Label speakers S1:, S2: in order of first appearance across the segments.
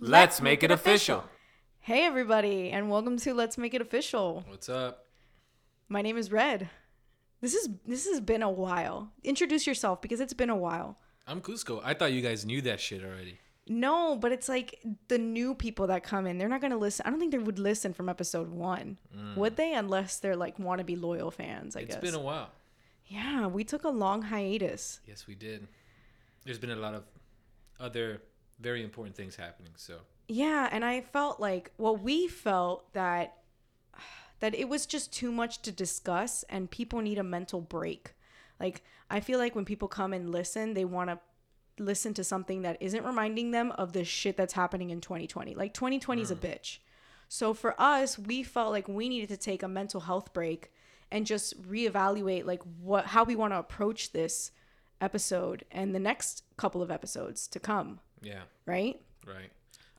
S1: Let's make it official.
S2: Hey, everybody, and welcome to Let's Make It Official.
S1: What's up?
S2: My name is Red. This is this has been a while. Introduce yourself because it's been a while.
S1: I'm Cusco. I thought you guys knew that shit already.
S2: No, but it's like the new people that come in, they're not gonna listen. I don't think they would listen from episode one, would they? Unless they're like want to be loyal fans, I
S1: Mm. It's
S2: guess.
S1: been a while.
S2: yeah, we took a long hiatus.
S1: Yes, we did. There's been a lot of other very important things happening. So
S2: Yeah, and I felt like well, we felt that that it was just too much to discuss and people need a mental break. Like I feel like when people come and listen, they want to listen to something that isn't reminding them of the shit that's happening in 2020. Like 2020 is a bitch. So for us, we felt like we needed to take a mental health break and just reevaluate like what how we want to approach this episode and the next couple of episodes to come,
S1: yeah,
S2: right?
S1: right.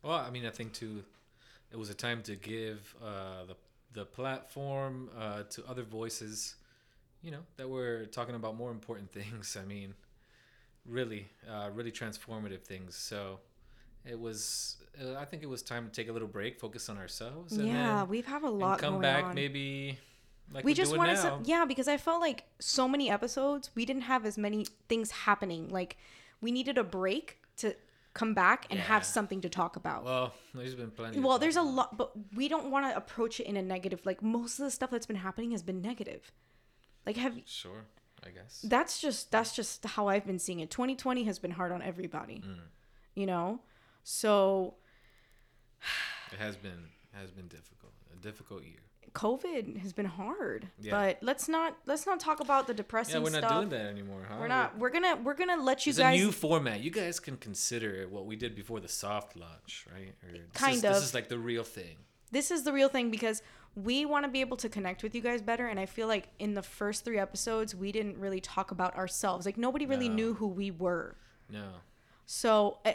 S1: Well, I mean, I think too, it was a time to give uh, the the platform uh, to other voices, you know, that were talking about more important things. I mean, really, uh, really transformative things. So it was. Uh, I think it was time to take a little break, focus on ourselves. And
S2: yeah,
S1: then,
S2: we have a
S1: and
S2: lot
S1: come
S2: going
S1: back
S2: on.
S1: maybe like
S2: we
S1: we're
S2: just
S1: doing
S2: wanted
S1: now.
S2: some, yeah, because I felt like so many episodes we didn't have as many things happening. Like we needed a break to come back and
S1: Yeah.
S2: have something to talk about. Well,
S1: well there's been plenty of time.
S2: there's a lot, but we don't want to approach it in a negative. Like most of the stuff that's been happening has been negative. Like have
S1: sure i guess
S2: that's just that's just how I've been seeing it. 2020 has been hard on everybody,
S1: Mm.
S2: you know. So
S1: it has been has been difficult a difficult year
S2: COVID has been hard,
S1: Yeah.
S2: but let's not let's not talk about the depressing
S1: yeah we're
S2: stuff.
S1: not doing that anymore huh
S2: We're not. We're gonna. We're gonna let you
S1: it's
S2: guys.
S1: a new format you guys can consider what we did before the soft launch right or this
S2: Kind
S1: is, this
S2: of.
S1: is like the real thing
S2: this is the real thing because we want to be able to connect with you guys better. And I feel like in the first three episodes, we didn't really talk about ourselves. Like nobody really
S1: No.
S2: knew who we were.
S1: no
S2: So, uh,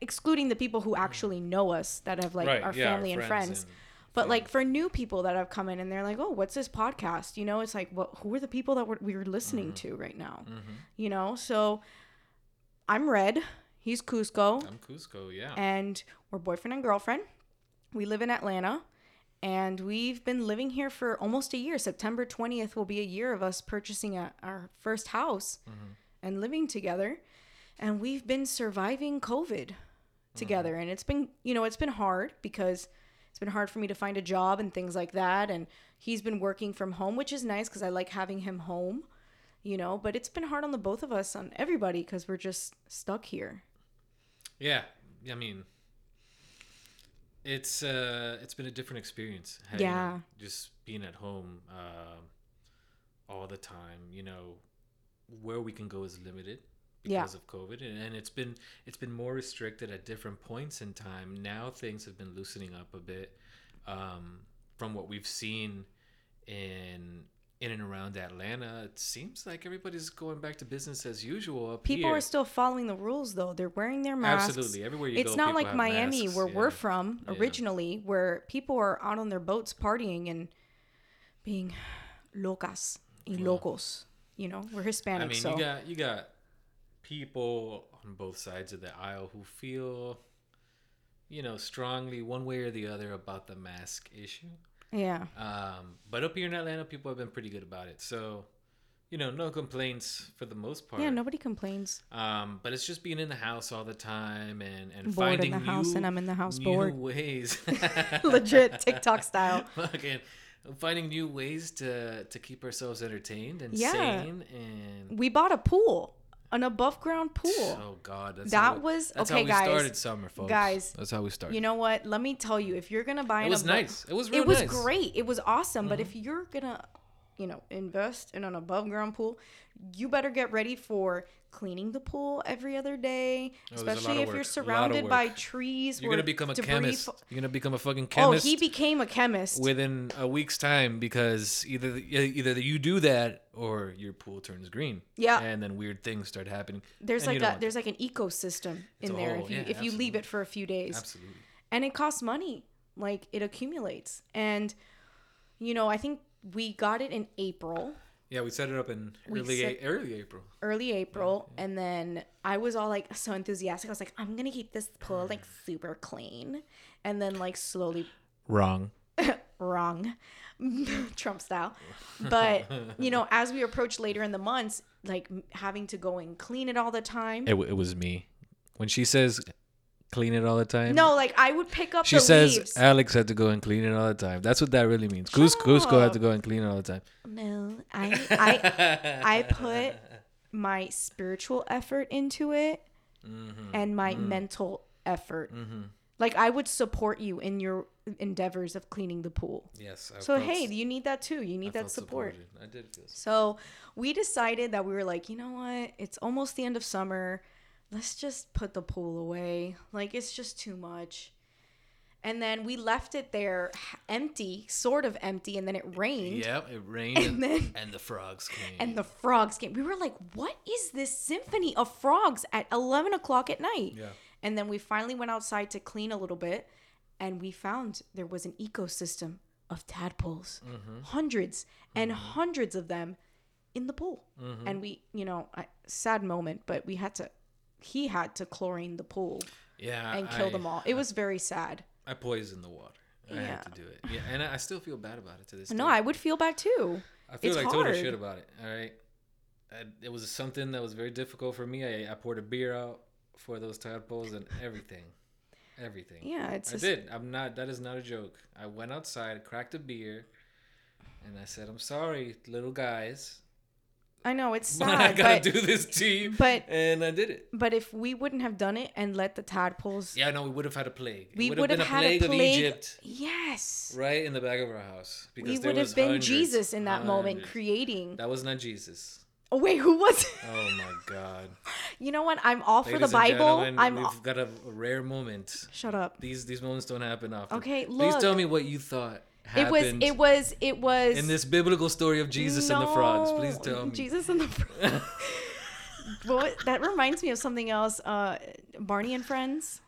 S2: excluding the people who actually know us that have like
S1: Hmm. right
S2: our
S1: yeah,
S2: family and friends. but like for new people that have come in and they're like, "Oh, what's this podcast?" You know, it's like, "What? Who are the people that we're, we were listening
S1: Mm-hmm.
S2: to right now?" You know. So, I'm Red. He's Cusco.
S1: i'm cusco yeah
S2: and we're boyfriend and girlfriend. We live in Atlanta and we've been living here for almost a year. September 20th will be a year of us purchasing a, our first house and living together. And we've been surviving COVID together and it's been, you know, it's been hard because it's been hard for me to find a job and things like that and he's been working from home, which is nice cuz I like having him home, you know, but it's been hard on the both of us on everybody cuz we're just stuck here.
S1: yeah i mean it's uh it's been a different experience having-
S2: Yeah.
S1: just being at home um all the time you know where we can go is limited
S2: Yeah.
S1: because of covid and, and it's been it's been more restricted at different points in time now things have been loosening up a bit um from what we've seen in in and around atlanta it seems like everybody's going back to business as usual up
S2: People
S1: here.
S2: are still following the rules though. They're wearing their masks.
S1: absolutely everywhere you go
S2: It's not
S1: people
S2: like
S1: have
S2: Miami
S1: masks,
S2: where
S1: yeah.
S2: we're from
S1: Yeah.
S2: originally, where people are out on their boats partying and being locas y locos. You know, we're Hispanic,
S1: I mean,
S2: so
S1: you got you got people on both sides of the aisle who feel, you know, strongly one way or the other about the mask issue.
S2: yeah,
S1: Um, but up here in Atlanta, people have been pretty good about it. So, you know, no complaints for the most part.
S2: yeah. Nobody complains.
S1: Um, but it's just being in the house all the time and and
S2: Bored in
S1: finding
S2: the house,
S1: new-
S2: and I'm in the house
S1: new
S2: bored.
S1: ways.
S2: Legit TikTok style.
S1: Fucking finding new ways to to keep ourselves entertained and
S2: Yeah.
S1: sane and
S2: We bought a pool, an above ground pool.
S1: Oh God, that's
S2: That
S1: how we-
S2: was-
S1: that's
S2: okay,
S1: how we
S2: guys.
S1: started summer, folks.
S2: Guys,
S1: that's how we started.
S2: you know what? Let me tell you, if you're gonna buy
S1: it
S2: an
S1: was
S2: above,
S1: nice. It was real
S2: it was
S1: nice. Mm-hmm.
S2: great. It was awesome. But if you're gonna, you know, invest in an above ground pool, you better get ready for cleaning the pool every other day.
S1: Oh, there's a lot
S2: especially if
S1: of work. A lot
S2: you're
S1: of
S2: surrounded by
S1: work.
S2: trees.
S1: You're
S2: where
S1: gonna become a
S2: debris
S1: chemist.
S2: fa-
S1: You're gonna become a fucking
S2: oh,
S1: chemist
S2: he became a chemist.
S1: within a week's time because either the- either you do that or your pool turns green.
S2: Yeah.
S1: and then weird things start happening.
S2: there's
S1: and you
S2: like
S1: don't
S2: a
S1: want
S2: there's like an ecosystem in
S1: a
S2: there
S1: whole-
S2: if you
S1: yeah,
S2: if you leave it for a few days.
S1: that. absolutely.
S2: and it costs money like it accumulates and you know i think we got it in april
S1: Yeah, we set it up in
S2: We
S1: early
S2: set-
S1: A- early April.
S2: early April, and then I was all like so enthusiastic. I was like, I'm gonna keep this pool like super clean, and then like slowly
S1: Wrong.
S2: wrong, Trump style. But you know, as we approach later in the months, like m- having to go and clean it all the time.
S1: It, w- it was me. When she says clean it all the time.
S2: no, like I would pick up
S1: She
S2: the
S1: says
S2: leaves.
S1: Alex had to go and clean it all the time. That's what that really means. Cus- Cusco had to go and clean it all the time.
S2: no, I I I put my spiritual effort into it
S1: Mm-hmm.
S2: and my mental effort. Like I would support you in your endeavors of cleaning the pool.
S1: Yes. I
S2: So
S1: felt-
S2: hey, you need that too. You need
S1: I
S2: that
S1: felt
S2: support.
S1: supported. I did feel. s-
S2: So we decided that we were like, you know what? It's almost the end of summer. Let's just put the pool away. Like it's just too much. And then we left it there h- empty, sort of empty, and then it rained.
S1: Yeah, it rained and,
S2: then-
S1: and the frogs came.
S2: And the frogs came. We were like, what is this symphony of frogs at 11 o'clock at night?
S1: Yeah.
S2: And then we finally went outside to clean a little bit, and we found there was an ecosystem of tadpoles,
S1: Mm-hmm,
S2: hundreds and hundreds of them in the pool.
S1: mm-hmm. Mm.
S2: And we, you know, I, sad moment, but we had to, he had to chlorine the pool
S1: yeah,
S2: and kill
S1: I-
S2: them all. It was very sad.
S1: I poisoned the water. I
S2: Yeah.
S1: had to do it. Yeah, and I, I still feel bad about it to this day.
S2: No, I would feel bad too.
S1: I feel
S2: it's
S1: like total
S2: hard.
S1: shit about it. All right, I, it was something that was very difficult for me. I, I poured a beer out for those tadpoles and everything, everything.
S2: Yeah, it's
S1: I
S2: just,
S1: did. I'm not. That is not a joke. I went outside, cracked a beer, and I said, "I'm sorry, little guys,
S2: I know it's
S1: but I
S2: sad,
S1: gotta
S2: but
S1: do this to you."
S2: but-
S1: and I did it.
S2: but if we wouldn't have done it and let the tadpoles,
S1: Yeah, no, we would have had a plague. It
S2: we
S1: would've
S2: would have
S1: been
S2: had a plague.
S1: of Egypt
S2: Yes,
S1: right in the back of our house because
S2: we
S1: there
S2: would have
S1: was
S2: been
S1: hundreds,
S2: Jesus in that moment
S1: hundreds.
S2: creating.
S1: That was not Jesus.
S2: Oh wait, who was? it?
S1: Oh my God.
S2: You know what? I'm all for the
S1: Ladies and
S2: Bible.
S1: gentlemen,
S2: I'm
S1: We've got a rare moment.
S2: shut up.
S1: These these moments don't happen often.
S2: Okay,
S1: Please
S2: look.
S1: tell me what you thought
S2: It was.
S1: happened
S2: It was. It was.
S1: in this biblical story of Jesus and the frogs.
S2: No,
S1: Please tell me.
S2: Jesus and the frogs. What- that reminds me of something else. Uh, Barney and Friends.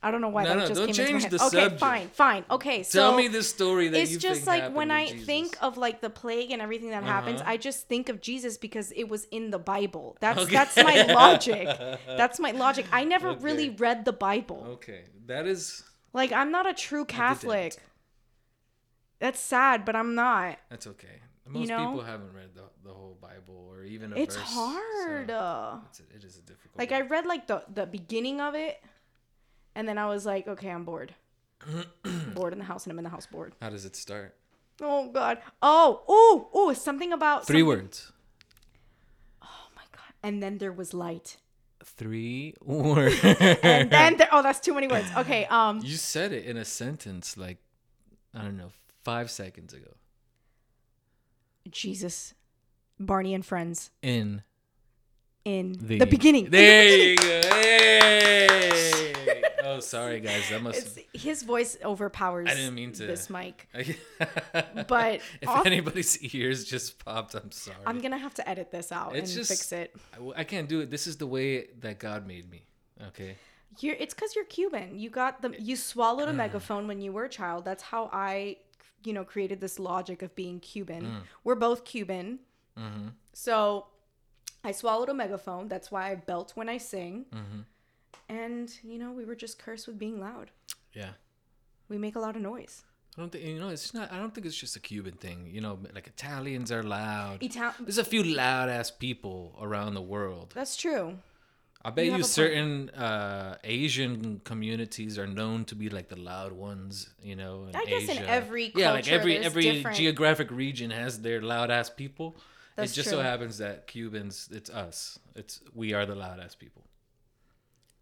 S2: I don't know why
S1: No,
S2: that
S1: no,
S2: just
S1: don't
S2: came into my
S1: change
S2: head.
S1: the
S2: okay,
S1: subject.
S2: fine, fine. Okay, so
S1: tell me this story that
S2: it's
S1: you
S2: just
S1: think
S2: like
S1: happened
S2: when
S1: with
S2: I
S1: Jesus.
S2: think of like the plague and everything that happens,
S1: Uh-huh.
S2: I just think of Jesus because it was in the Bible. That's
S1: Okay.
S2: that's my logic. That's my logic. I never
S1: Okay. Oh.
S2: really read the Bible.
S1: Okay, that is
S2: Like I'm not a true Catholic. That's sad, but I'm not.
S1: that's okay. Most
S2: know?
S1: people haven't read the, the whole Bible or even a
S2: It's
S1: verse, so
S2: hard. uh,
S1: it's a- it is a difficult.
S2: Like I read like the the beginning of it, and then I was like, okay, I'm bored. bored in the house, and I'm in the house bored.
S1: How does it start?
S2: Oh God. Oh, oh, oh, something about
S1: Three
S2: some-
S1: words.
S2: Oh my God. And then there was light.
S1: Three words.
S2: and then there, oh that's too many words okay um
S1: You said it in a sentence like I don't know, five seconds ago.
S2: jesus barney and friends
S1: In
S2: in
S1: the,
S2: the, beginning In the
S1: There
S2: beginning.
S1: you go. Hey. oh, sorry guys. That must.
S2: It's- his voice overpowers
S1: I didn't mean to-
S2: this mic
S1: but if
S2: off-
S1: anybody's ears just popped, I'm sorry.
S2: i'm gonna have to edit this out
S1: It's
S2: and
S1: just-
S2: fix it
S1: I, I can't do it. This is the way that God made me. Okay.
S2: you're it's because you're cuban you got the you
S1: Mm.
S2: swallowed a megaphone when you were a child that's how i you know created this logic of being cuban we're both cuban
S1: Mm. Mm-hmm.
S2: so i swallowed a megaphone that's why i belt when i sing
S1: Mhm.
S2: and you know we were just cursed with being loud
S1: Yeah.
S2: we make a lot of noise
S1: I don't think you know. It's not. I don't think it's just a Cuban thing. You know, like Italians are loud.
S2: Ital-
S1: There's a few loud ass people around the world.
S2: That's true.
S1: I
S2: You
S1: bet you,
S2: have a point.
S1: certain uh, Asian communities are known to be like the loud ones, you know. In
S2: I guess in
S1: Asia.
S2: every
S1: yeah, like
S2: culture
S1: every
S2: there's
S1: every
S2: different-
S1: geographic region has their loud ass people.
S2: That's
S1: it just
S2: true.
S1: so happens that Cubans, it's us. It's we are the loud ass people.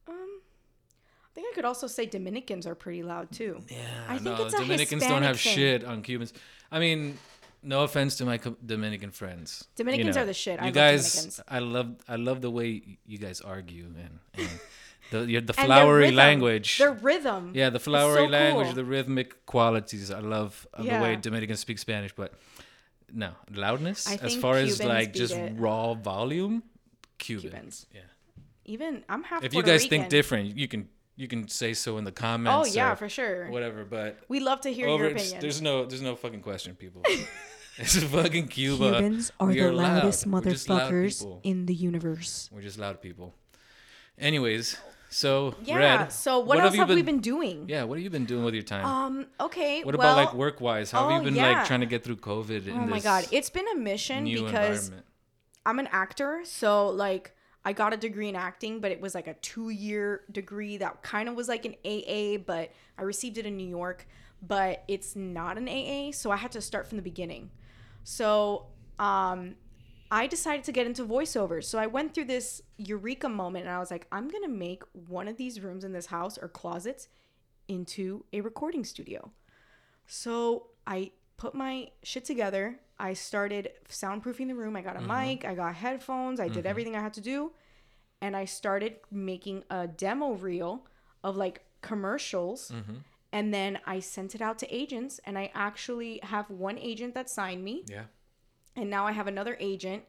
S2: Um, I think I could also say Dominicans are pretty loud too.
S1: Yeah,
S2: I think
S1: no,
S2: it's a
S1: Dominicans don't
S2: Hispanic
S1: have
S2: thing.
S1: shit on Cubans. I mean, no offense to my co- Dominican friends. you
S2: Dominicans
S1: know.
S2: are the shit. I
S1: You
S2: love
S1: guys,
S2: Dominicans.
S1: I love I love the way you guys argue and, and the your- the
S2: And their
S1: flowery
S2: rhythm-
S1: language.
S2: Their rhythm.
S1: Yeah, the flowery
S2: so
S1: language,
S2: cool.
S1: the rhythmic qualities. I love uh, the way
S2: Yeah.
S1: Dominicans speak Spanish, but no loudness
S2: I
S1: as
S2: think
S1: far as
S2: Cubans
S1: like
S2: beat
S1: just
S2: it.
S1: raw volume. Cubans.
S2: Cubans.
S1: Yeah.
S2: Even I'm half.
S1: If you
S2: Puerto
S1: guys think
S2: Rican.
S1: different, you can you can say so in the
S2: Oh
S1: comments.
S2: yeah,
S1: or
S2: for sure.
S1: Whatever, but
S2: We love to hear
S1: over
S2: your
S1: it's-
S2: opinion.
S1: there's no there's no fucking question, people. It's fucking Cuba.
S2: Cubans are
S1: We
S2: the
S1: are loud.
S2: loudest
S1: We're just loud
S2: motherfuckers
S1: people.
S2: in the universe.
S1: We're just loud people. Anyways, so
S2: Yeah.
S1: Red.
S2: so what, else have,
S1: you
S2: we been doing?
S1: Yeah, what have you been doing with your time?
S2: Um. Okay.
S1: what
S2: well,
S1: about like work wise? How have
S2: oh,
S1: you been
S2: yeah.
S1: like trying to get through COVID?
S2: Oh
S1: in
S2: my
S1: this
S2: god, it's been a mission
S1: new
S2: because
S1: environment?
S2: I'm an actor, so like I got a degree in acting, but it was like a two year degree that kind of was like an AA, but I received it in New York, but it's not an AA, so I had to start from the beginning. So um, I decided to get into voiceover. So I went through this eureka moment and I was like, I'm going to make one of these rooms in this house or closets into a recording studio. So I put my shit together. I started soundproofing the room. I got a mic, I got headphones, I did everything I had to do. And I started making a demo reel of like commercials. And then I sent it out to agents. And I actually have one agent that signed me
S1: Yeah.
S2: and now I have another agent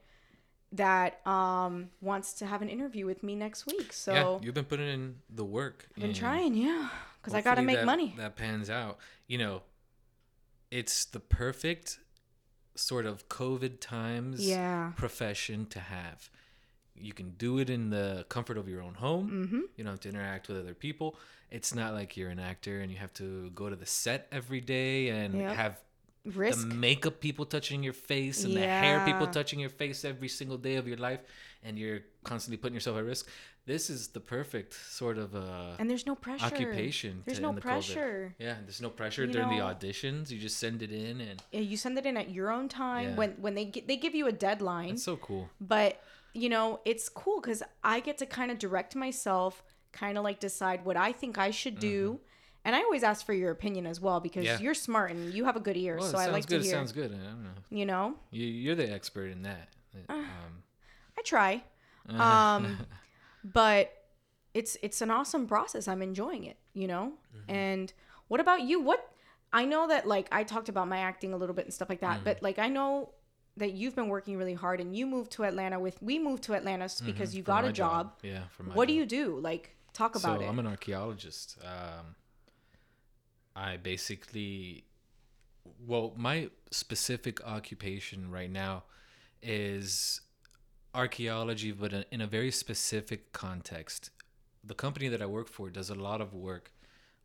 S2: that um wants to have an interview with me next week. So
S1: yeah, you've been putting in the work.
S2: I've been
S1: and
S2: trying, yeah, because I gotta
S1: hopefully
S2: make
S1: that-
S2: money.
S1: That pans out. You know, it's the perfect sort of COVID times
S2: yeah,
S1: profession to have. You can do it in the comfort of your own home.
S2: Mm. Mm-hmm.
S1: You don't have to interact with other people. It's not like you're an actor and you have to go to the set every day and
S2: Yep.
S1: have
S2: risk.
S1: the makeup people touching your face and the hair people
S2: Yeah.
S1: touching your face every single day of your life, and you're constantly putting yourself at risk. This is the perfect sort of uh,
S2: and there's no pressure.
S1: occupation.
S2: There's
S1: to
S2: no
S1: end the COVID.
S2: pressure.
S1: Yeah, there's no pressure
S2: You
S1: during
S2: know-
S1: the auditions. You just send it in, and
S2: Yeah, You send it in at your own time
S1: Yeah.
S2: when when they gi- they give you a deadline,
S1: it's so cool.
S2: but you know it's cool because I get to kind of direct myself, kind of like decide what I think I should do. And I always ask for your opinion as well because
S1: Mm-hmm. Yeah.
S2: you're smart and you have a good ear,
S1: Well,
S2: so
S1: it
S2: I
S1: sounds
S2: like
S1: good.
S2: to
S1: It
S2: hear.
S1: sounds good. I don't know.
S2: You know,
S1: You, you're the expert in that. Um,
S2: I try. Ah. Um, but it's it's an awesome process. I'm enjoying it, you know?
S1: Mm-hmm.
S2: And what about you? What I know that like I talked about my acting a little bit and stuff like
S1: Mm.
S2: that, but like I know that you've been working really hard and you moved to Atlanta with we moved to Atlanta s- because you
S1: Mm-hmm. for
S2: got a
S1: my
S2: job.
S1: Yeah. For my
S2: What do
S1: job.
S2: you do? Like talk about
S1: so
S2: it.
S1: I'm an archaeologist. Um, I basically, well, my specific occupation right now is archaeology, but in- in a very specific context. The company that I work for does a lot of work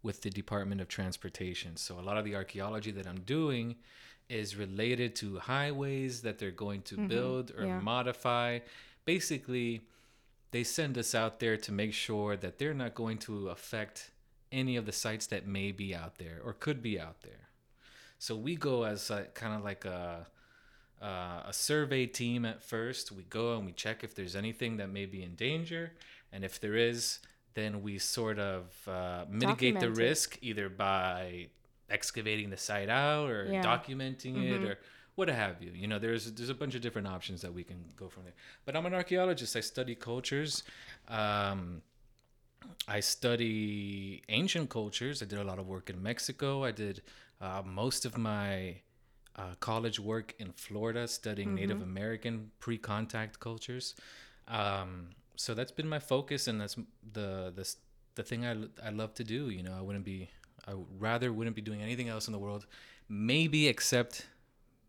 S1: with the Department of Transportation. So a lot of the archaeology that I'm doing is related to highways that they're going
S2: Mm-hmm.
S1: to build or
S2: yeah.
S1: modify. Basically, they send us out there to make sure that they're not going to affect any of the sites that may be out there or could be out there. So we go as kind of like a uh, a survey team at first. We go and we check if there's anything that may be in danger, and if there is, then we sort of uh, mitigate the
S2: Document it.
S1: risk either by excavating the site out or
S2: Yeah.
S1: documenting it or what have you. You know, there's there's a bunch of different options that we can go from there. But I'm an archaeologist. I study cultures. Um, I study ancient cultures. I did a lot of work in Mexico. I did uh, most of my uh, college work in Florida studying Native American pre contact cultures. Um, so that's been my focus, and that's m- the the, s- the thing I, l- I love to do. You know, I wouldn't be, I w- rather wouldn't be doing anything else in the world, maybe except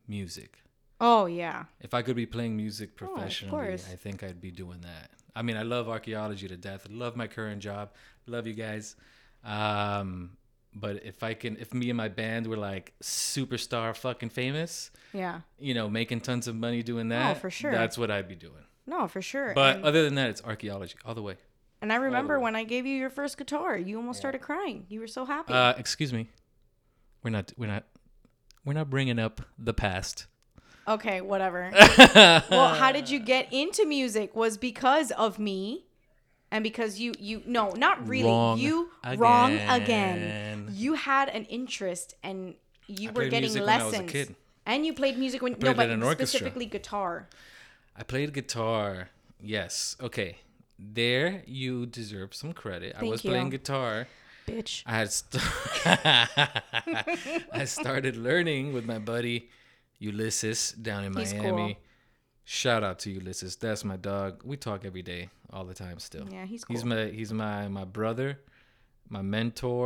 S1: music.
S2: oh yeah.
S1: If I could be playing music professionally,
S2: Oh, course.
S1: I think I'd be doing that. I mean, I love archaeology to death. I love my current job. Love you guys. Um, but if I can, if me and my band were like superstar fucking famous,
S2: Yeah.
S1: you know, making tons of money doing that,
S2: Oh, for sure.
S1: that's what I'd be doing.
S2: No, for sure.
S1: But
S2: and,
S1: other than that, it's archaeology all the way.
S2: and I remember
S1: way.
S2: when I gave you your first guitar, you almost started crying. You were so happy.
S1: Uh, excuse me, we're not, we're not, we're not bringing up the past.
S2: okay, whatever. well how did you get into music was because of me and because you you no not really
S1: Wrong
S2: you wrong
S1: again.
S2: again you had an interest and you were
S1: played
S2: getting
S1: music when I was a
S2: lessons
S1: kid.
S2: and you played music when no
S1: played
S2: but
S1: at an orchestra.
S2: specifically guitar
S1: I played guitar. Yes. Okay. There, you deserve some credit. I
S2: Thank
S1: was
S2: you.
S1: playing guitar.
S2: bitch
S1: I had st- I started learning with my buddy Ulysses down in
S2: He's cool.
S1: Miami. Shout out to Ulysses. That's my dog. We talk every day, all the time. Still.
S2: yeah he's cool
S1: He's my he's my my brother, my mentor.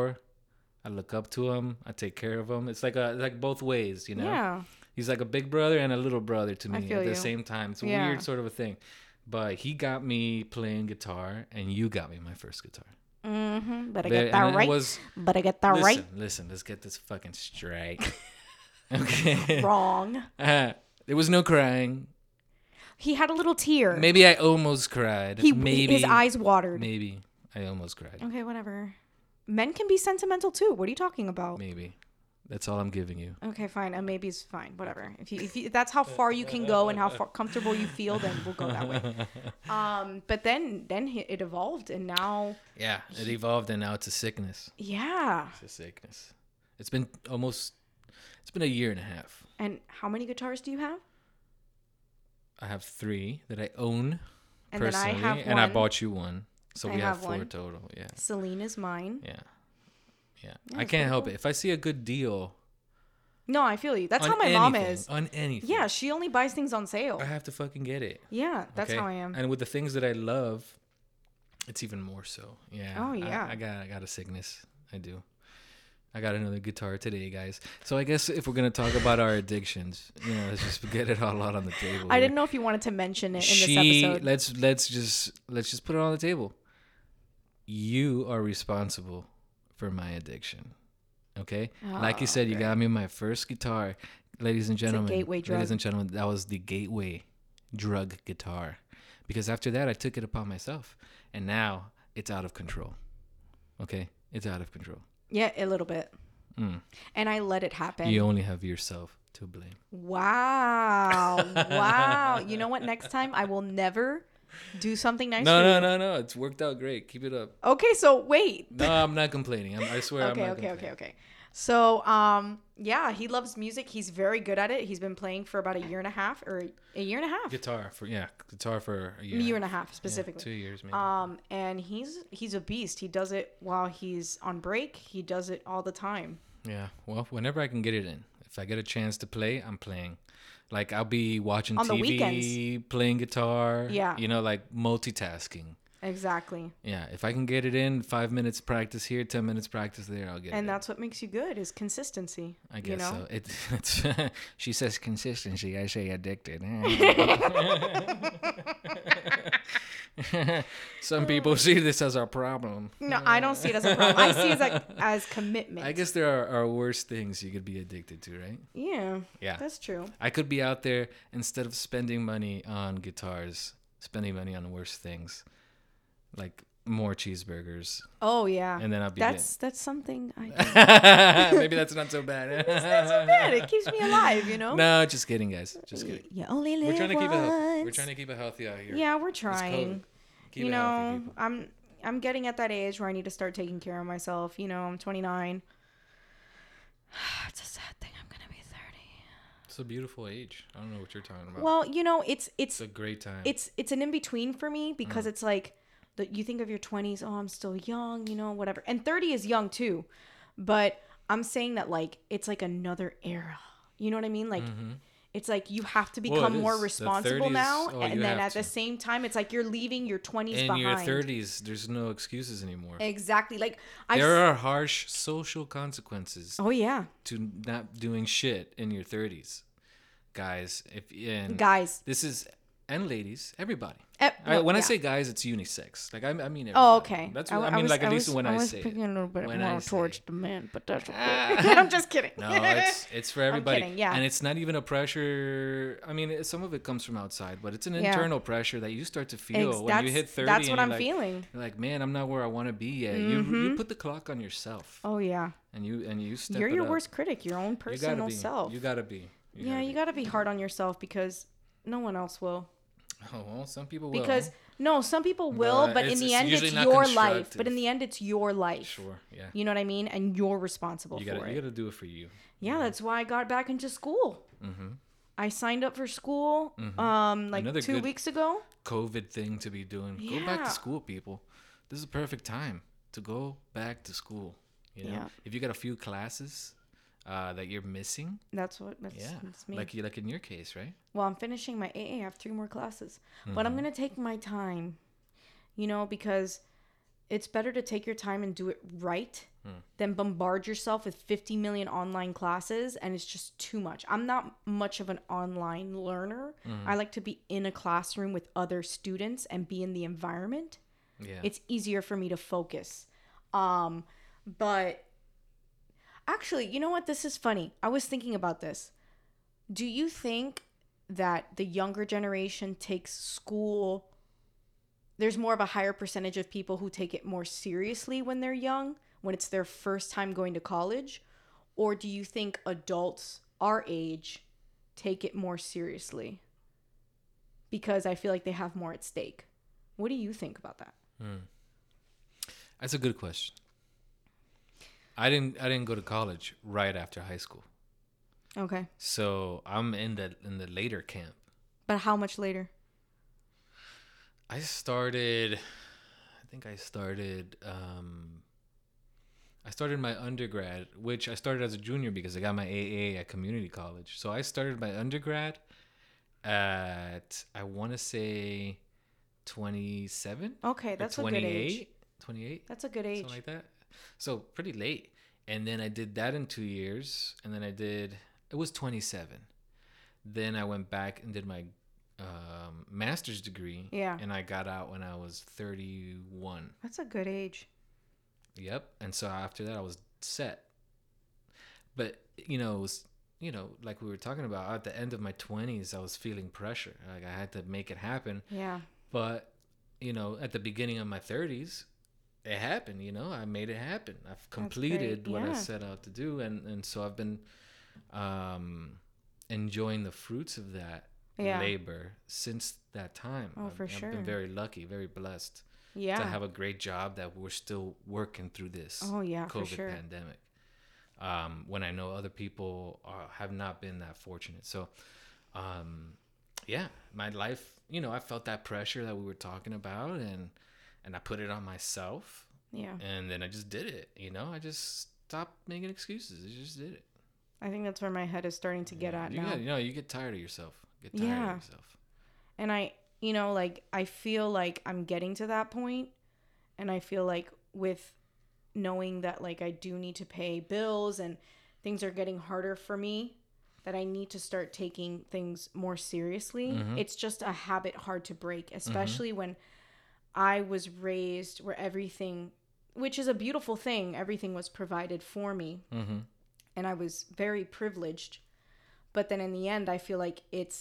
S1: I look up to him. I take care of him. It's like a like both ways, you know
S2: yeah
S1: He's like a big brother and a little brother to
S2: I
S1: me
S2: feel
S1: at the
S2: you.
S1: same time. It's a
S2: Yeah.
S1: weird sort of a thing. But he got me playing guitar, and you got me my first guitar.
S2: Mm-hmm. But I
S1: There-
S2: get that
S1: and it
S2: right.
S1: was-
S2: but I get that
S1: listen,
S2: right.
S1: Listen, let's get this fucking straight. okay.
S2: Wrong.
S1: Uh, there was no crying.
S2: He had a little tear.
S1: Maybe I almost cried.
S2: he
S1: maybe
S2: his eyes watered.
S1: Maybe I almost cried.
S2: Okay, whatever. Men can be sentimental too. What are you talking about?
S1: Maybe that's all I'm giving you.
S2: Okay, fine. A maybe's fine. Whatever. If you if you, that's how far you can go and how far comfortable you feel, then we'll go that way. Um, but then then he- it evolved, and now
S1: Yeah, it evolved, and now it's a sickness.
S2: yeah.
S1: It's a sickness. It's been almost. It's been a year and a half.
S2: And how many guitars do you have?
S1: I have three that I own
S2: And then I
S1: personally,
S2: have
S1: and I
S2: one.
S1: bought you one, so
S2: I
S1: we have,
S2: have
S1: four
S2: one.
S1: total. Yeah,
S2: Celine is mine.
S1: yeah, yeah.
S2: Yeah,
S1: I
S2: it's
S1: can't
S2: pretty
S1: help
S2: cool.
S1: it. If I see a good deal,
S2: No, I feel you. That's
S1: on
S2: how my mom
S1: anything-
S2: is.
S1: on anything.
S2: Yeah, she only buys things on sale.
S1: I have to fucking get it.
S2: Yeah, that's
S1: okay?
S2: how I am.
S1: And with the things that I love, it's even more so. Yeah.
S2: Oh,
S1: I-
S2: yeah.
S1: I, got I got a sickness. I do. I got another guitar today, guys. So I guess if we're gonna talk about our addictions, you know, let's just get it all out on the table.
S2: I
S1: here.
S2: didn't know if you wanted to mention it in this
S1: she
S2: episode.
S1: let's let's just let's just put it on the table. You are responsible for my addiction. Okay? like you
S2: Oh,
S1: said, you got me my first guitar. Ladies and gentlemen,
S2: gateway drug.
S1: ladies and gentlemen, that was the gateway drug guitar. Because after that I took it upon myself and now it's out of control. Okay? It's out of control.
S2: Yeah, a little bit.
S1: Mm.
S2: And I let it happen.
S1: You only have yourself to blame.
S2: Wow. wow. You know what? Next time I will never do something nice
S1: No,
S2: for
S1: no,
S2: you.
S1: no, no. It's worked out great. Keep it up.
S2: Okay, so wait.
S1: No, I'm not complaining. I'm, I swear I'm
S2: okay,
S1: not
S2: okay,
S1: complaining.
S2: okay, okay. So, um, yeah, he loves music. He's very good at it. He's been playing for about a year and a half or a year and a half.
S1: guitar for yeah guitar for a year,
S2: A year and a half
S1: Yeah,
S2: specifically.
S1: two years maybe
S2: Um, and he's he's a beast. He does it while he's on break. He does it all the time.
S1: yeah well whenever i can get it in if i get a chance to play i'm playing like i'll be watching
S2: On the
S1: tv playing guitar
S2: Yeah.
S1: you know like multitasking
S2: Exactly.
S1: yeah if i can get it in five minutes practice here ten minutes practice there i'll get
S2: And
S1: it
S2: that's what makes you good is consistency.
S1: in. i guess
S2: you know?
S1: so it, it's she says consistency i say addicted some people see this as a problem
S2: No, I don't see it as a problem. I see it as, like, as commitment.
S1: i guess there are, are worse things you could be addicted to right
S2: Yeah,
S1: yeah
S2: that's true.
S1: I could be out there instead of spending money on guitars, spending money on worse things, like more cheeseburgers,
S2: Oh yeah,
S1: and then I'll be
S2: that's that's something. I
S1: good. maybe that's not so bad.
S2: that's so bad. It keeps me alive, you know.
S1: No, just kidding, guys. Just kidding.
S2: You only live
S1: We're trying to keep it. Healthy. We're
S2: once.
S1: trying to keep it healthy out here.
S2: Yeah, we're trying.
S1: Keep
S2: you
S1: it healthy,
S2: know,
S1: people.
S2: I'm I'm getting at that age where I need to start taking care of myself. You know, I'm 29. it's a sad thing. I'm gonna be 30.
S1: It's a beautiful age. I don't know what you're talking about.
S2: Well, you know, it's it's
S1: it's a great time.
S2: it's it's an in between for me because
S1: Mm.
S2: it's like the, you think of your 20s oh i'm still young you know whatever and 30 is young too but i'm saying that like it's like another era you know what i mean like it's like you have to
S1: Mm-hmm. Well, it
S2: become more
S1: is. The
S2: responsible
S1: 30s
S2: now
S1: oh,
S2: and
S1: you
S2: then
S1: have
S2: at the
S1: to.
S2: same time it's like you're leaving your 20s
S1: in
S2: behind
S1: your 30s, there's no excuses anymore.
S2: exactly like i
S1: There
S2: have
S1: are harsh social consequences
S2: oh yeah
S1: to not doing shit in your 30s guys if and
S2: guys
S1: this is and ladies everybody
S2: Eh,
S1: Mm. I,
S2: no,
S1: when i
S2: yeah.
S1: say guys it's unisex like i, I mean everybody.
S2: oh okay
S1: that's what i,
S2: w-
S1: mean
S2: was-
S1: like at least
S2: was-
S1: when i,
S2: was
S1: say
S2: picking
S1: it.
S2: a little bit
S1: When I
S2: more
S1: say
S2: towards
S1: it.
S2: the men but that's okay i'm just kidding
S1: no it's it's for everybody
S2: kidding, yeah.
S1: and it's not even a pressure i mean it, some of it comes from outside but it's an
S2: Yeah.
S1: internal pressure that you start to feel
S2: Ex-
S1: when you
S2: that's-
S1: hit 30
S2: that's what
S1: and you're
S2: i'm
S1: like,
S2: feeling Mm-hmm.
S1: you're like man i'm not where i want to be yet you you put the clock on yourself
S2: oh yeah
S1: and you and you step
S2: you're
S1: it
S2: your
S1: up.
S2: worst critic, your own
S1: you gotta
S2: personal
S1: be
S2: self.
S1: you gotta be you
S2: yeah,
S1: gotta
S2: you
S1: be.
S2: gotta be hard on yourself because no one else will.
S1: oh well some people will
S2: Because no, some people will,
S1: But
S2: but in
S1: it's-
S2: the
S1: it's
S2: end,
S1: usually
S2: it's
S1: not
S2: your life. But in
S1: constructive.
S2: the end, it's your life.
S1: Sure. Yeah.
S2: You know what I mean? And you're responsible
S1: You
S2: for
S1: gotta
S2: it.
S1: you gotta do it for you.
S2: yeah, that's why I got back into school. I signed up for school um, like
S1: Mm-hmm. Another
S2: two
S1: good-
S2: weeks ago.
S1: COVID thing to be doing. Go back
S2: Yeah.
S1: to school, people. This is the perfect time to go back to school. You know,
S2: Yeah.
S1: if you got a few classes uh, that you're missing,
S2: That's what that's,
S1: yeah,
S2: that's me.
S1: like you like in your case, right?
S2: well, I'm finishing my AA. I have three more classes, but I'm gonna take my time, you know, because it's better to take your time and do it right than bombard yourself with 50 million online classes and it's just too much. I'm not much of an online learner. I like to be in a classroom with other students and be in the environment.
S1: Yeah.
S2: It's easier for me to focus. Um but actually, you know what this is funny. I was thinking about this. Do you think that the younger generation takes school there's more of a higher percentage of people who take it more seriously when they're young, when it's their first time going to college? Or do you think adults our age take it more seriously? Because I feel like they have more at stake. What do you think about that?
S1: That's a good question. I didn't I didn't go to college right after high school.
S2: Okay.
S1: So I'm in the in the later camp.
S2: But how much later?
S1: I started I think I started um I started my undergrad, which I started as a junior because I got my AA at community college. So I started my undergrad at I want to say 27
S2: Okay,
S1: or
S2: that's a good age.
S1: 28
S2: That's a good age.
S1: something like that. So pretty late. And then I did that in two years, and then I did it was 27. Then I went back and did my um, master's degree.
S2: Yeah.
S1: And I got out when I was 31.
S2: that's a good age.
S1: Yep. And so after that, I was set. But you know, it was, you know, like we were talking about at the end of my 20s, I was feeling pressure. Like I had to make it happen
S2: Yeah.
S1: but you know at the beginning of my 30s it happened you know i made it happen i've completed what
S2: yeah.
S1: i set out to do and and so i've been um enjoying the fruits of that
S2: Yeah.
S1: labor since that time
S2: Oh,
S1: I've,
S2: for
S1: I've
S2: sure.
S1: been very lucky very blessed
S2: Yeah.
S1: to have a great job that we're still working through this
S2: oh, yeah, for
S1: covid
S2: sure.
S1: pandemic um when i know other people are, have not been that fortunate so um yeah my life you know i felt that pressure that we were talking about and and i put it on myself
S2: Yeah.
S1: and then i just did it you know i just stopped making excuses i just did it
S2: I think that's where my head is starting to get at
S1: you,
S2: now.
S1: Get, you know you get tired of yourself get tired
S2: Yeah.
S1: of yourself
S2: and i you know like i feel like i'm getting to that point and i feel like with knowing that like i do need to pay bills and things are getting harder for me that i need to start taking things more seriously it's just a habit hard to break especially when i was raised where everything which is a beautiful thing everything was provided for me
S1: mm-hmm.
S2: and I was very privileged. But then in the end, I feel like it's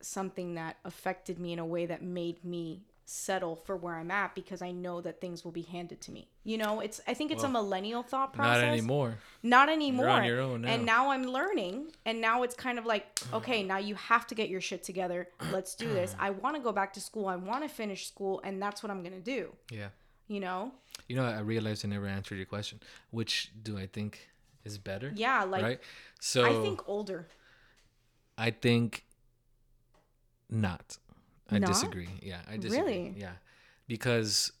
S2: something that affected me in a way that made me settle for where I'm at because I know that things will be handed to me. You know, it's I think it's a
S1: Well,
S2: millennial thought
S1: not
S2: process.
S1: anymore
S2: Not anymore.
S1: your own
S2: And now I'm learning, and now it's kind of like, okay, now you have to get your shit together. Let's do this. I want to go back to school. I want to finish school, and that's what I'm gonna do.
S1: yeah
S2: You know?
S1: you know i realized i never answered your question which do i think is better
S2: Yeah, like
S1: right so
S2: I think older.
S1: I think not. I
S2: Not?
S1: disagree. Yeah, I disagree.
S2: Really?
S1: Yeah, because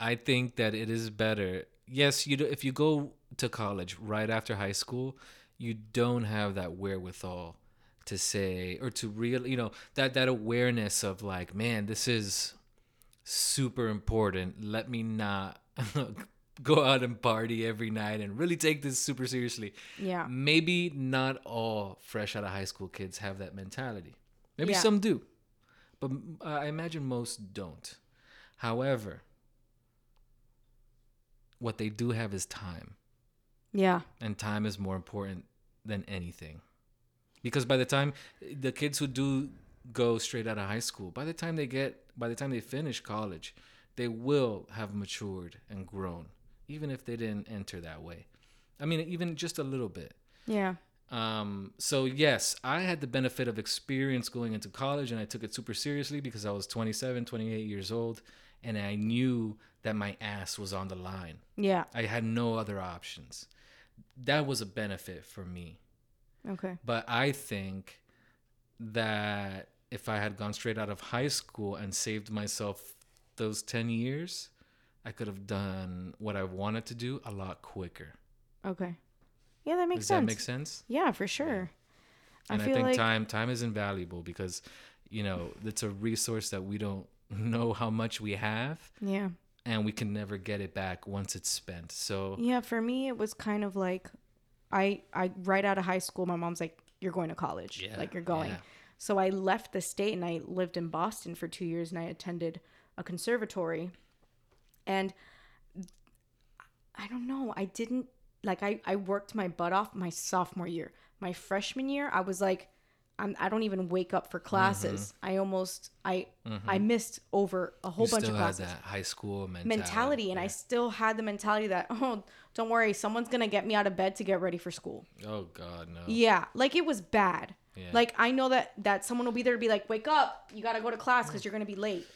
S1: I think that it is better. Yes, you do, if you go to college right after high school, you don't have that wherewithal to say or to real, you know, that that awareness of like, man, this is super important. Let me not go out and party every night and really take this super seriously
S2: Yeah.
S1: maybe not all fresh out of high school kids have that mentality. Maybe
S2: Yeah.
S1: some do, but uh, I imagine most don't. However, what they do have is time,
S2: Yeah.
S1: and time is more important than anything. Because by the time the kids who do go straight out of high school, by the time they get, by the time they finish college, they will have matured and grown, even if they didn't enter that way. I mean, even just a little bit.
S2: Yeah.
S1: Um, so yes, I had the benefit of experience going into college and I took it super seriously because I was 27, 28 years old and I knew that my ass was on the line.
S2: Yeah.
S1: I had no other options. That was a benefit for me.
S2: Okay.
S1: But I think that if I had gone straight out of high school and saved myself those 10 years, I could have done what I wanted to do a lot quicker.
S2: Okay. Yeah, that makes
S1: Does
S2: sense.
S1: that make sense?
S2: Yeah, for sure. I
S1: and I,
S2: feel
S1: think
S2: like
S1: time time is invaluable because you know it's a resource that we don't know how much we have
S2: yeah,
S1: and we can never get it back once it's spent. So
S2: Yeah, for me it was kind of like I I right out of high school my mom's like you're going to college.
S1: Yeah,
S2: like you're going.
S1: yeah.
S2: So I left the state and I lived in Boston for 2 years and I attended a conservatory. And I don't know, I didn't like I I worked my butt off my sophomore year. My freshman year I was like I'm, I don't even wake up for classes. I almost I I missed over a whole
S1: Mm-hmm. you
S2: bunch
S1: still
S2: of
S1: had
S2: classes
S1: that high school mentality.
S2: mentality and I still had the mentality that oh don't worry someone's going to get me out of bed to get ready for school.
S1: Oh God, no.
S2: Yeah, like it was bad.
S1: Yeah.
S2: Like I know that that someone will be there to be like wake up, you got to go to class cuz you're going to be late.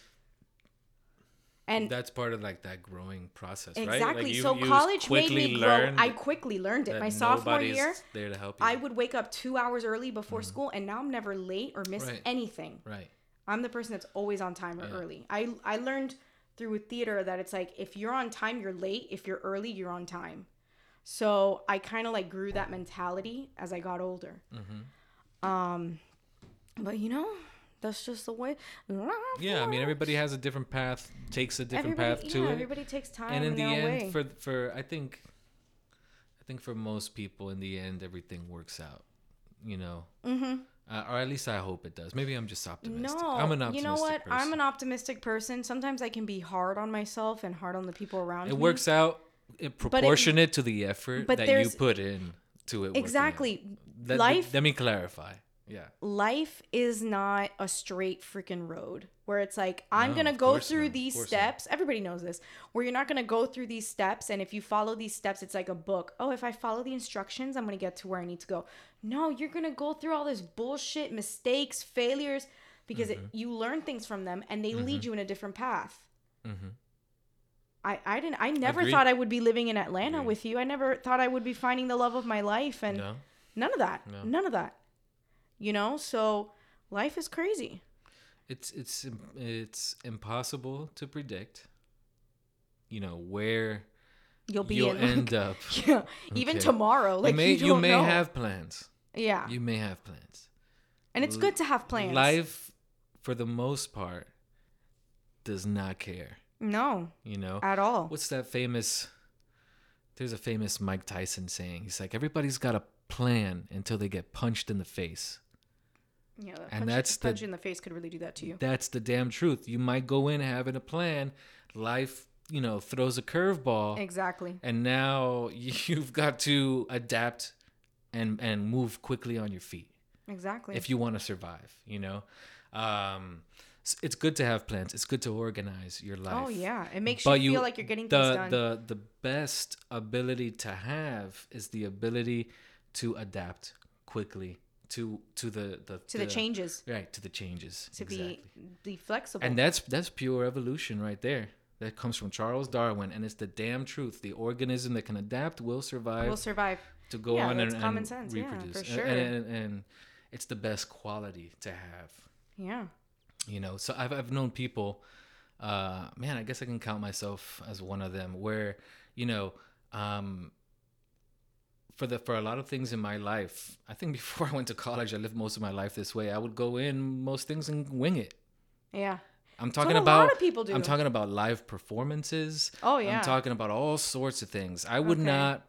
S2: And
S1: That's part of like that growing process, right? Like,
S2: exactly.
S1: you-
S2: so
S1: you
S2: college made
S1: quickly
S2: me grow.
S1: learn
S2: I quickly learned it
S1: that
S2: my sophomore
S1: nobody's
S2: year.
S1: there to help you.
S2: I would wake up 2 hours early before school and now I'm never late or miss
S1: Right.
S2: anything.
S1: right.
S2: I'm the person that's always on time or early. I I learned through theater that it's like if you're on time, you're late. If you're early, you're on time. So I kind of like grew that mentality as I got older.
S1: Mm-hmm.
S2: Um, but you know, that's just the way.
S1: Yeah, I mean, everybody has a different path, takes a different
S2: Everybody-
S1: path to
S2: yeah,
S1: it.
S2: Everybody takes time
S1: and in the
S2: their own
S1: end
S2: way.
S1: for for i think i think for most people in the end everything works out you know mm-hmm. uh, or at least i hope it does maybe i'm just optimistic
S2: no,
S1: i'm an optimistic
S2: you know what?
S1: person.
S2: I'm an optimistic person. Sometimes I can be hard on myself and hard on the people around me.
S1: it works out it, proportionate to the effort
S2: but
S1: that you
S2: there's-
S1: put in to it working out.
S2: Exactly.
S1: let,
S2: Life
S1: let, let me clarify yeah
S2: life is not a straight freaking road where it's like i'm gonna
S1: of
S2: go
S1: course
S2: through
S1: not. Of
S2: these
S1: course not.
S2: steps everybody knows this where you're not gonna go through these steps and if you follow these steps it's like a book oh if i follow the instructions i'm gonna get to where i need to go no you're gonna go through all this bullshit mistakes failures because it,
S1: Mm-hmm.
S2: you learn things from them and they lead you in a different path
S1: Mhm.
S2: I, I didn't I never
S1: Agreed.
S2: thought I would be living in Atlanta
S1: Agreed.
S2: with you. I never thought I would be finding the love of my life and
S1: no
S2: None of that.
S1: No.
S2: None of that. You know, so life is crazy.
S1: it's it's im- it's impossible to predict you know where
S2: You'll be
S1: you'll
S2: in.
S1: end up
S2: yeah, even
S1: Okay.
S2: tomorrow. Like you,
S1: you may
S2: don't
S1: you may
S2: know.
S1: have plans
S2: Yeah,
S1: you may have plans
S2: and it's good to have plans.
S1: Life, for the most part, does not care.
S2: no,
S1: You know,
S2: at all.
S1: what's that famous? There's a famous Mike Tyson saying. He's like, everybody's got a plan until they get punched in the face.
S2: yeah, that
S1: and
S2: punch,
S1: that's the-
S2: punch you in the face could really do that to you.
S1: That's the damn truth. You might go in having a plan. Life, you know, throws a curveball,
S2: Exactly.
S1: and now you've got to adapt and and move quickly on your feet.
S2: Exactly.
S1: if you want to survive you know um s- it's good to have plans it's good to organize your life
S2: oh yeah, it makes you, feel like you're getting
S1: the,
S2: things done.
S1: the the best ability to have is the ability to adapt quickly to to the the
S2: to the changes,
S1: right to the changes
S2: to
S1: exactly.
S2: be be flexible.
S1: and that's that's pure evolution right there that comes from Charles Darwin and it's the damn truth the organism that can adapt will survive
S2: we'll survive.
S1: to go
S2: Yeah,
S1: on and,
S2: that's common
S1: and
S2: sense. Yeah, for
S1: reproduce
S2: sure.
S1: and, and, and, and it's the best quality to have
S2: Yeah.
S1: you know so i've, I've known people uh man i guess i can count myself as one of them where you know um for the for a lot of things in my life i think before i went to college i lived most of my life this way i would go in most things and wing it
S2: Yeah.
S1: i'm talking
S2: what a
S1: about
S2: lot of people do.
S1: i'm talking about live performances
S2: Oh, yeah.
S1: i'm talking about all sorts of things i would
S2: Okay.
S1: not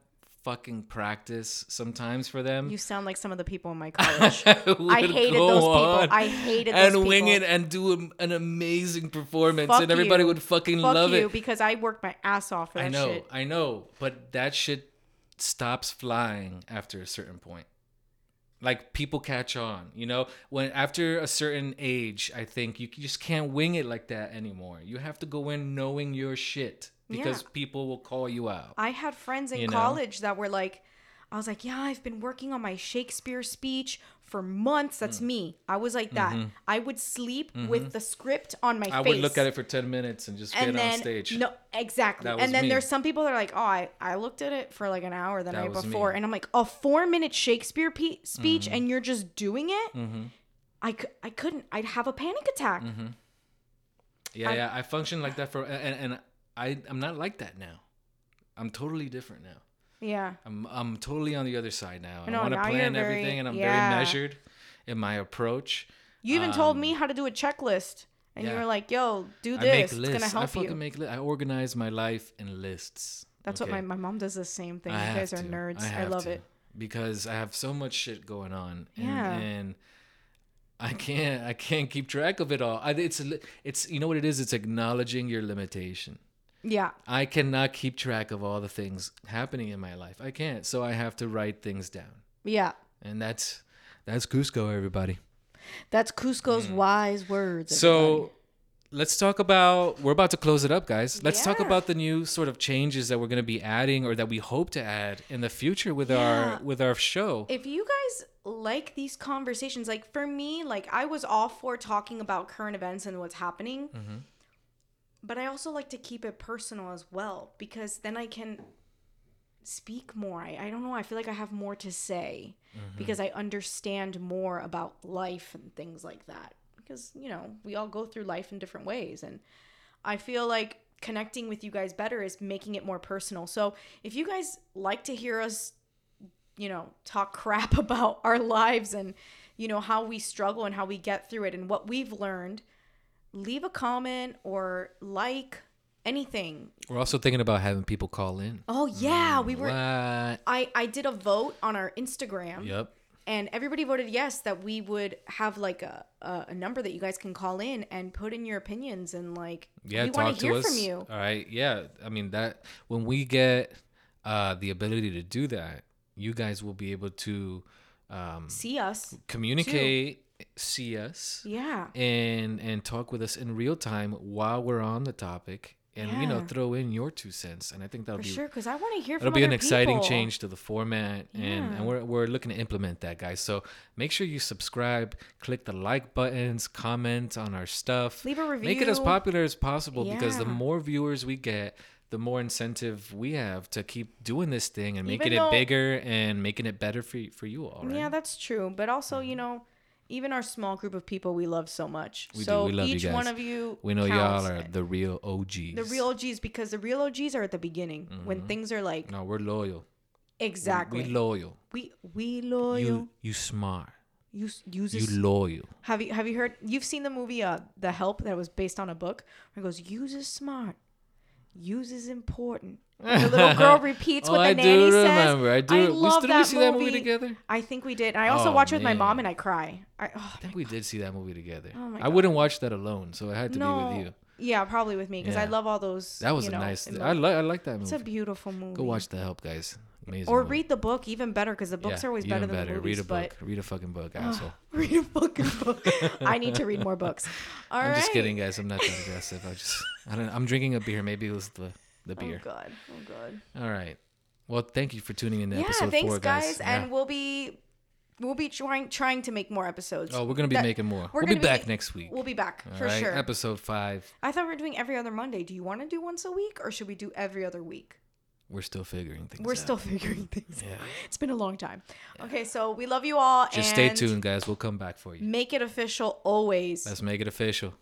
S1: fucking practice sometimes for them
S2: You sound like some of the people in my college. I
S1: Mm. would
S2: hated
S1: go
S2: those people.
S1: on
S2: I hated those
S1: and wing
S2: people.
S1: it and do an- an amazing performance,
S2: Fuck
S1: and everybody
S2: you.
S1: would fucking
S2: Fuck
S1: love
S2: you
S1: it.
S2: because I worked my ass off for that
S1: I know,
S2: shit.
S1: I know, but that shit stops flying after a certain point. Like people catch on, you know. When after a certain age, I think you just can't wing it like that anymore. You have to go in knowing your shit because
S2: Yeah.
S1: people will call you out.
S2: I had friends in
S1: You know?
S2: college that were like, I was like, yeah, I've been working on my Shakespeare speech for months. That's
S1: Mm.
S2: me. I was like that. I would sleep with the script on my
S1: Mm-hmm. I
S2: face.
S1: would look at it for ten minutes and just get
S2: and then
S1: on stage.
S2: no, exactly.
S1: That was
S2: And then
S1: me.
S2: there's some people that are like, oh, I, I looked at it for like an hour the night
S1: was me. Mm-hmm.
S2: before, and I'm like, a four minute Shakespeare pe- speech, and you're just doing it. I, cou- I couldn't. I'd have a panic attack.
S1: Mm. Mm-hmm. Yeah,
S2: I-
S1: yeah. I function like that for, and, and I, I'm not like that now. I'm totally different now.
S2: Yeah.
S1: I'm, I'm totally on the other side now.
S2: No,
S1: I want to
S2: now you're
S1: plan
S2: very-
S1: everything, and I'm
S2: yeah.
S1: very measured in my approach.
S2: You even told me how to do a checklist, and you
S1: Um, Yeah.
S2: were like, "Yo, do
S1: I make
S2: this. It's
S1: lists.
S2: gonna
S1: I
S2: help
S1: fucking
S2: you."
S1: make li- I organize my life in lists.
S2: That's
S1: Okay.
S2: what my my mom does. The same thing.
S1: I
S2: you
S1: have
S2: guys are
S1: to.
S2: nerds. I,
S1: have
S2: love
S1: to.
S2: it.
S1: because I have so much shit going on, and,
S2: Yeah.
S1: and I can't I can't keep track of it all. I, it's li- it's you know what it is. It's acknowledging your limitation.
S2: Yeah,
S1: I cannot keep track of all the things happening in my life. I can't, so I have to write things down,
S2: yeah.
S1: and that's that's Cusco, everybody.
S2: That's Cusco's wise words.
S1: Hmm. So let's talk about we're about to close it up guys let's talk
S2: Yeah.
S1: about the new sort of changes that we're going to be adding or that we hope to add in the future with
S2: Yeah.
S1: our with our show
S2: if you guys like these conversations like for me like i was all for talking about current events and what's happening but i also like to keep it personal as well because then i can speak more i, I don't know i feel like i have more to say because i understand more about life and things like that because you know we all go through life in different ways and I feel like connecting with you guys better is making it more personal. So if you guys like to hear us, you know, talk crap about our lives and, you know, how we struggle and how we get through it and what we've learned, leave a comment or like anything.
S1: we're also thinking about having people call in
S2: Oh, yeah. We were.
S1: Mm, What?
S2: I, I did a vote on our Instagram
S1: Yep.
S2: and everybody voted yes that we would have like a, a, a number that you guys can call in and put in your opinions and like
S1: Yeah.
S2: we
S1: talk
S2: want
S1: to
S2: hear
S1: us.
S2: from you.
S1: All right. Yeah. I mean that when we get uh, the ability to do that, you guys will be able to um,
S2: See us.
S1: communicate, see us,
S2: Yeah.
S1: and and talk with us in real time while we're on the topic, and you know
S2: Yeah.
S1: throw in your two cents. And I think that'll
S2: For
S1: be
S2: sure, because I want to hear from
S1: It'll be an
S2: other
S1: exciting
S2: people.
S1: change to the format, and,
S2: Yeah.
S1: and we're, we're looking to implement that, guys. So make sure you subscribe, click the like buttons, comment on our stuff.
S2: Leave a
S1: Make it as
S2: review.
S1: popular as possible because the
S2: Yeah.
S1: more viewers we get, the more incentive we have to keep doing this thing and making
S2: Even though-
S1: it bigger and making it better for, y- for you all. Right? Mm-hmm.
S2: Yeah, that's true. But also, you know, even our small group of people we love so much.
S1: We do.
S2: so
S1: We love you
S2: each
S1: guys.
S2: one of you
S1: we know
S2: counts.
S1: y'all are the real OGs.
S2: the real OGs because the real OGs are at the beginning when things are like
S1: Mm-hmm. No, we're loyal. We-
S2: exactly
S1: We loyal.
S2: we we loyal
S1: You
S2: you
S1: you smart.
S2: you, s- use
S1: You
S2: us-
S1: loyal.
S2: have you have you heard you've seen the movie uh The Help that was based on a book where it goes use is smart use is important the little girl repeats
S1: Oh,
S2: what the
S1: I
S2: nanny
S1: do
S2: says
S1: remember. I do. we,
S2: love
S1: did
S2: that
S1: we see that movie
S2: movie.
S1: together?
S2: I think we did. And I also
S1: Oh,
S2: watch it with my
S1: man.
S2: mom and I cry. I, oh,
S1: I think we did see that movie together.
S2: my
S1: I wouldn't watch that alone, so it had to
S2: no.
S1: be with you.
S2: Yeah, probably with me because I
S1: Yeah.
S2: love all those.
S1: That was
S2: you
S1: a
S2: know,
S1: nice.
S2: emo-
S1: I like. I like that
S2: it's
S1: movie.
S2: a beautiful movie.
S1: Go watch The Help, guys. Amazing.
S2: Or
S1: movie.
S2: read the book, even better because the books
S1: Yeah,
S2: are always
S1: even
S2: better than the movies.
S1: Read a book. Read a fucking book, asshole.
S2: But read a fucking book. I need to read more books. All
S1: I'm just
S2: right.
S1: kidding, guys. I'm not that aggressive. I just. I don't. I'm drinking a beer. Maybe it was the the
S2: Oh
S1: beer.
S2: god. Oh god.
S1: All right. Well, thank you for tuning in to
S2: yeah.
S1: episode
S2: Thanks,
S1: four, guys.
S2: guys,
S1: Yeah.
S2: and we'll be we'll be trying trying to make more episodes.
S1: oh, we're gonna be
S2: that-
S1: making more.
S2: we're
S1: We'll be
S2: gonna be-
S1: back next week.
S2: We'll be back
S1: All
S2: for
S1: right?
S2: sure.
S1: Episode five.
S2: I thought we were doing every other Monday. Do you want to do once a week or should we do every other week?
S1: We're still figuring things.
S2: We're
S1: out.
S2: still figuring things
S1: Yeah.
S2: out. It's been a long time. Okay, so we love you all.
S1: Just
S2: and
S1: stay tuned, guys. We'll come back for you.
S2: Make it official always.
S1: Let's make it official.